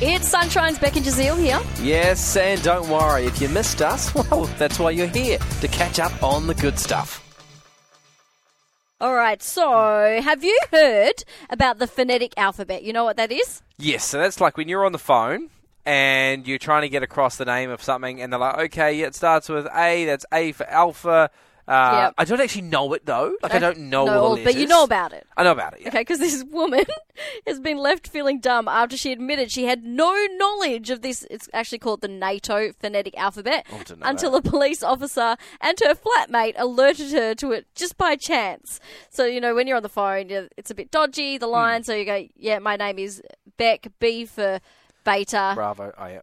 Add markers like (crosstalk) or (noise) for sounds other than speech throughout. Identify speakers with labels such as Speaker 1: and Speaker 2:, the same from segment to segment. Speaker 1: It's Sunshine's Becky Jazeel here.
Speaker 2: Yes, and don't worry, if you missed us, (laughs) well, that's why you're here, to catch up on the good stuff.
Speaker 1: All right, so have you heard about the phonetic alphabet? You know what that is?
Speaker 2: Yes, so that's like when you're on the phone and you're trying to get across the name of something, and they're like, okay, yeah, it starts with A, that's A for alpha. Uh,
Speaker 1: Yep.
Speaker 2: I don't actually know it though. Like, I don't know
Speaker 1: no,
Speaker 2: all
Speaker 1: all-
Speaker 2: the
Speaker 1: but you
Speaker 2: letters.
Speaker 1: know about it.
Speaker 2: I know about it. Yeah.
Speaker 1: Okay, because this woman (laughs) has been left feeling dumb after she admitted she had no knowledge of this. It's actually called the NATO phonetic alphabet.
Speaker 2: didn't know
Speaker 1: Until a police officer and her flatmate alerted her to it just by chance. So you know when you're on the phone, you- it's a bit dodgy the line. So you go, "Yeah, my name is Beck B for Beta,
Speaker 2: Bravo. Oh, yeah.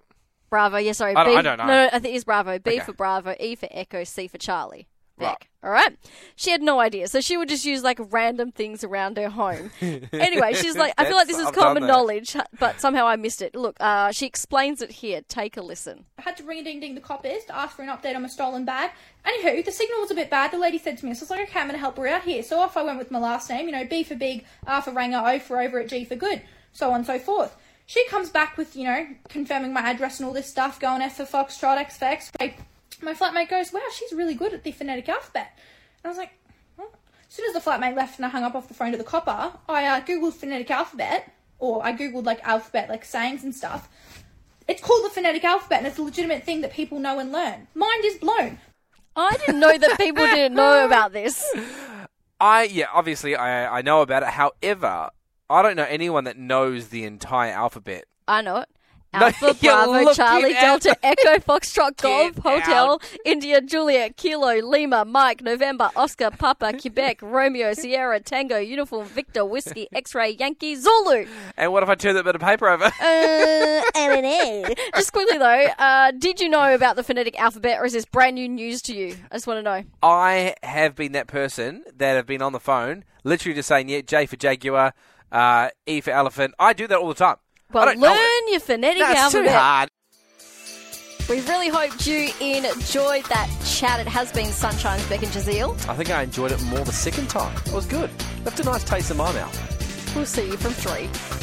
Speaker 1: Bravo. Yeah, sorry,
Speaker 2: I don't-
Speaker 1: B-
Speaker 2: I don't know.
Speaker 1: No, no, I think it's Bravo. B
Speaker 2: Okay.
Speaker 1: for Bravo, E for Echo, C for Charlie. Beck. All right. She had no idea, so she would just use like random things around her
Speaker 2: (laughs)
Speaker 1: home. anyway, she's like, I feel like
Speaker 2: That's-
Speaker 1: this is
Speaker 2: I've done
Speaker 1: common
Speaker 2: that.
Speaker 1: knowledge, but somehow I missed it. Look, uh, she explains it here. Take a listen.
Speaker 3: I had to ring ding ding the coppers to ask for an update on my stolen bag. Anywho, the signal was a bit bad. The lady said to me, so I was like, okay, I'm going to help her out here. So off I went with my last name, you know, B for big, R for Ranger, O for over at G for good, so on and so forth. She comes back with, you know, confirming my address and all this stuff, going F for Foxtrot, X for X. Like, My flatmate goes, wow, she's really good at the phonetic alphabet. And I was like, "Huh?" as soon as the flatmate left and I hung up off the phone to the copper, I uh, googled phonetic alphabet, or I googled like alphabet, like sayings and stuff. It's called the phonetic alphabet, and it's a legitimate thing that people know and learn. Mind is blown.
Speaker 1: I didn't know that people
Speaker 2: (laughs)
Speaker 1: didn't know about this.
Speaker 2: I yeah, obviously I I know about it. However, I don't know anyone that knows the entire alphabet.
Speaker 1: I know it.
Speaker 2: No, (laughs)
Speaker 1: Alpha,
Speaker 2: you
Speaker 1: Bravo,
Speaker 2: look,
Speaker 1: Charlie,
Speaker 2: you
Speaker 1: Delta, Echo, Foxtrot, Golf,
Speaker 2: Get
Speaker 1: Hotel,
Speaker 2: out.
Speaker 1: India, Juliet, Kilo, Lima, Mike, November, Oscar, Papa,
Speaker 2: (laughs)
Speaker 1: Quebec, Romeo, Sierra, Tango, Uniform, Victor, Whiskey, X-Ray, Yankee,
Speaker 2: (laughs)
Speaker 1: Zulu.
Speaker 2: And what if I turn that bit of paper over? (laughs)
Speaker 1: Uh, LNA. (laughs) Just quickly though, uh, did you know about the phonetic alphabet, or is this brand new news to you? I just want to know.
Speaker 2: I have been that person that have been on the phone, literally just saying, yeah, J for Jaguar, uh, E for elephant. I do that all the time. I
Speaker 1: Well,
Speaker 2: don't know it.
Speaker 1: learn your phonetic
Speaker 2: No, it's too
Speaker 1: alphabet.
Speaker 2: hard.
Speaker 1: We really hoped you enjoyed that chat. It has been Sunshine's Beck and Jazeel.
Speaker 2: I think I enjoyed it more the second time. It was good. Left a nice taste in my mouth.
Speaker 1: We'll see you from three.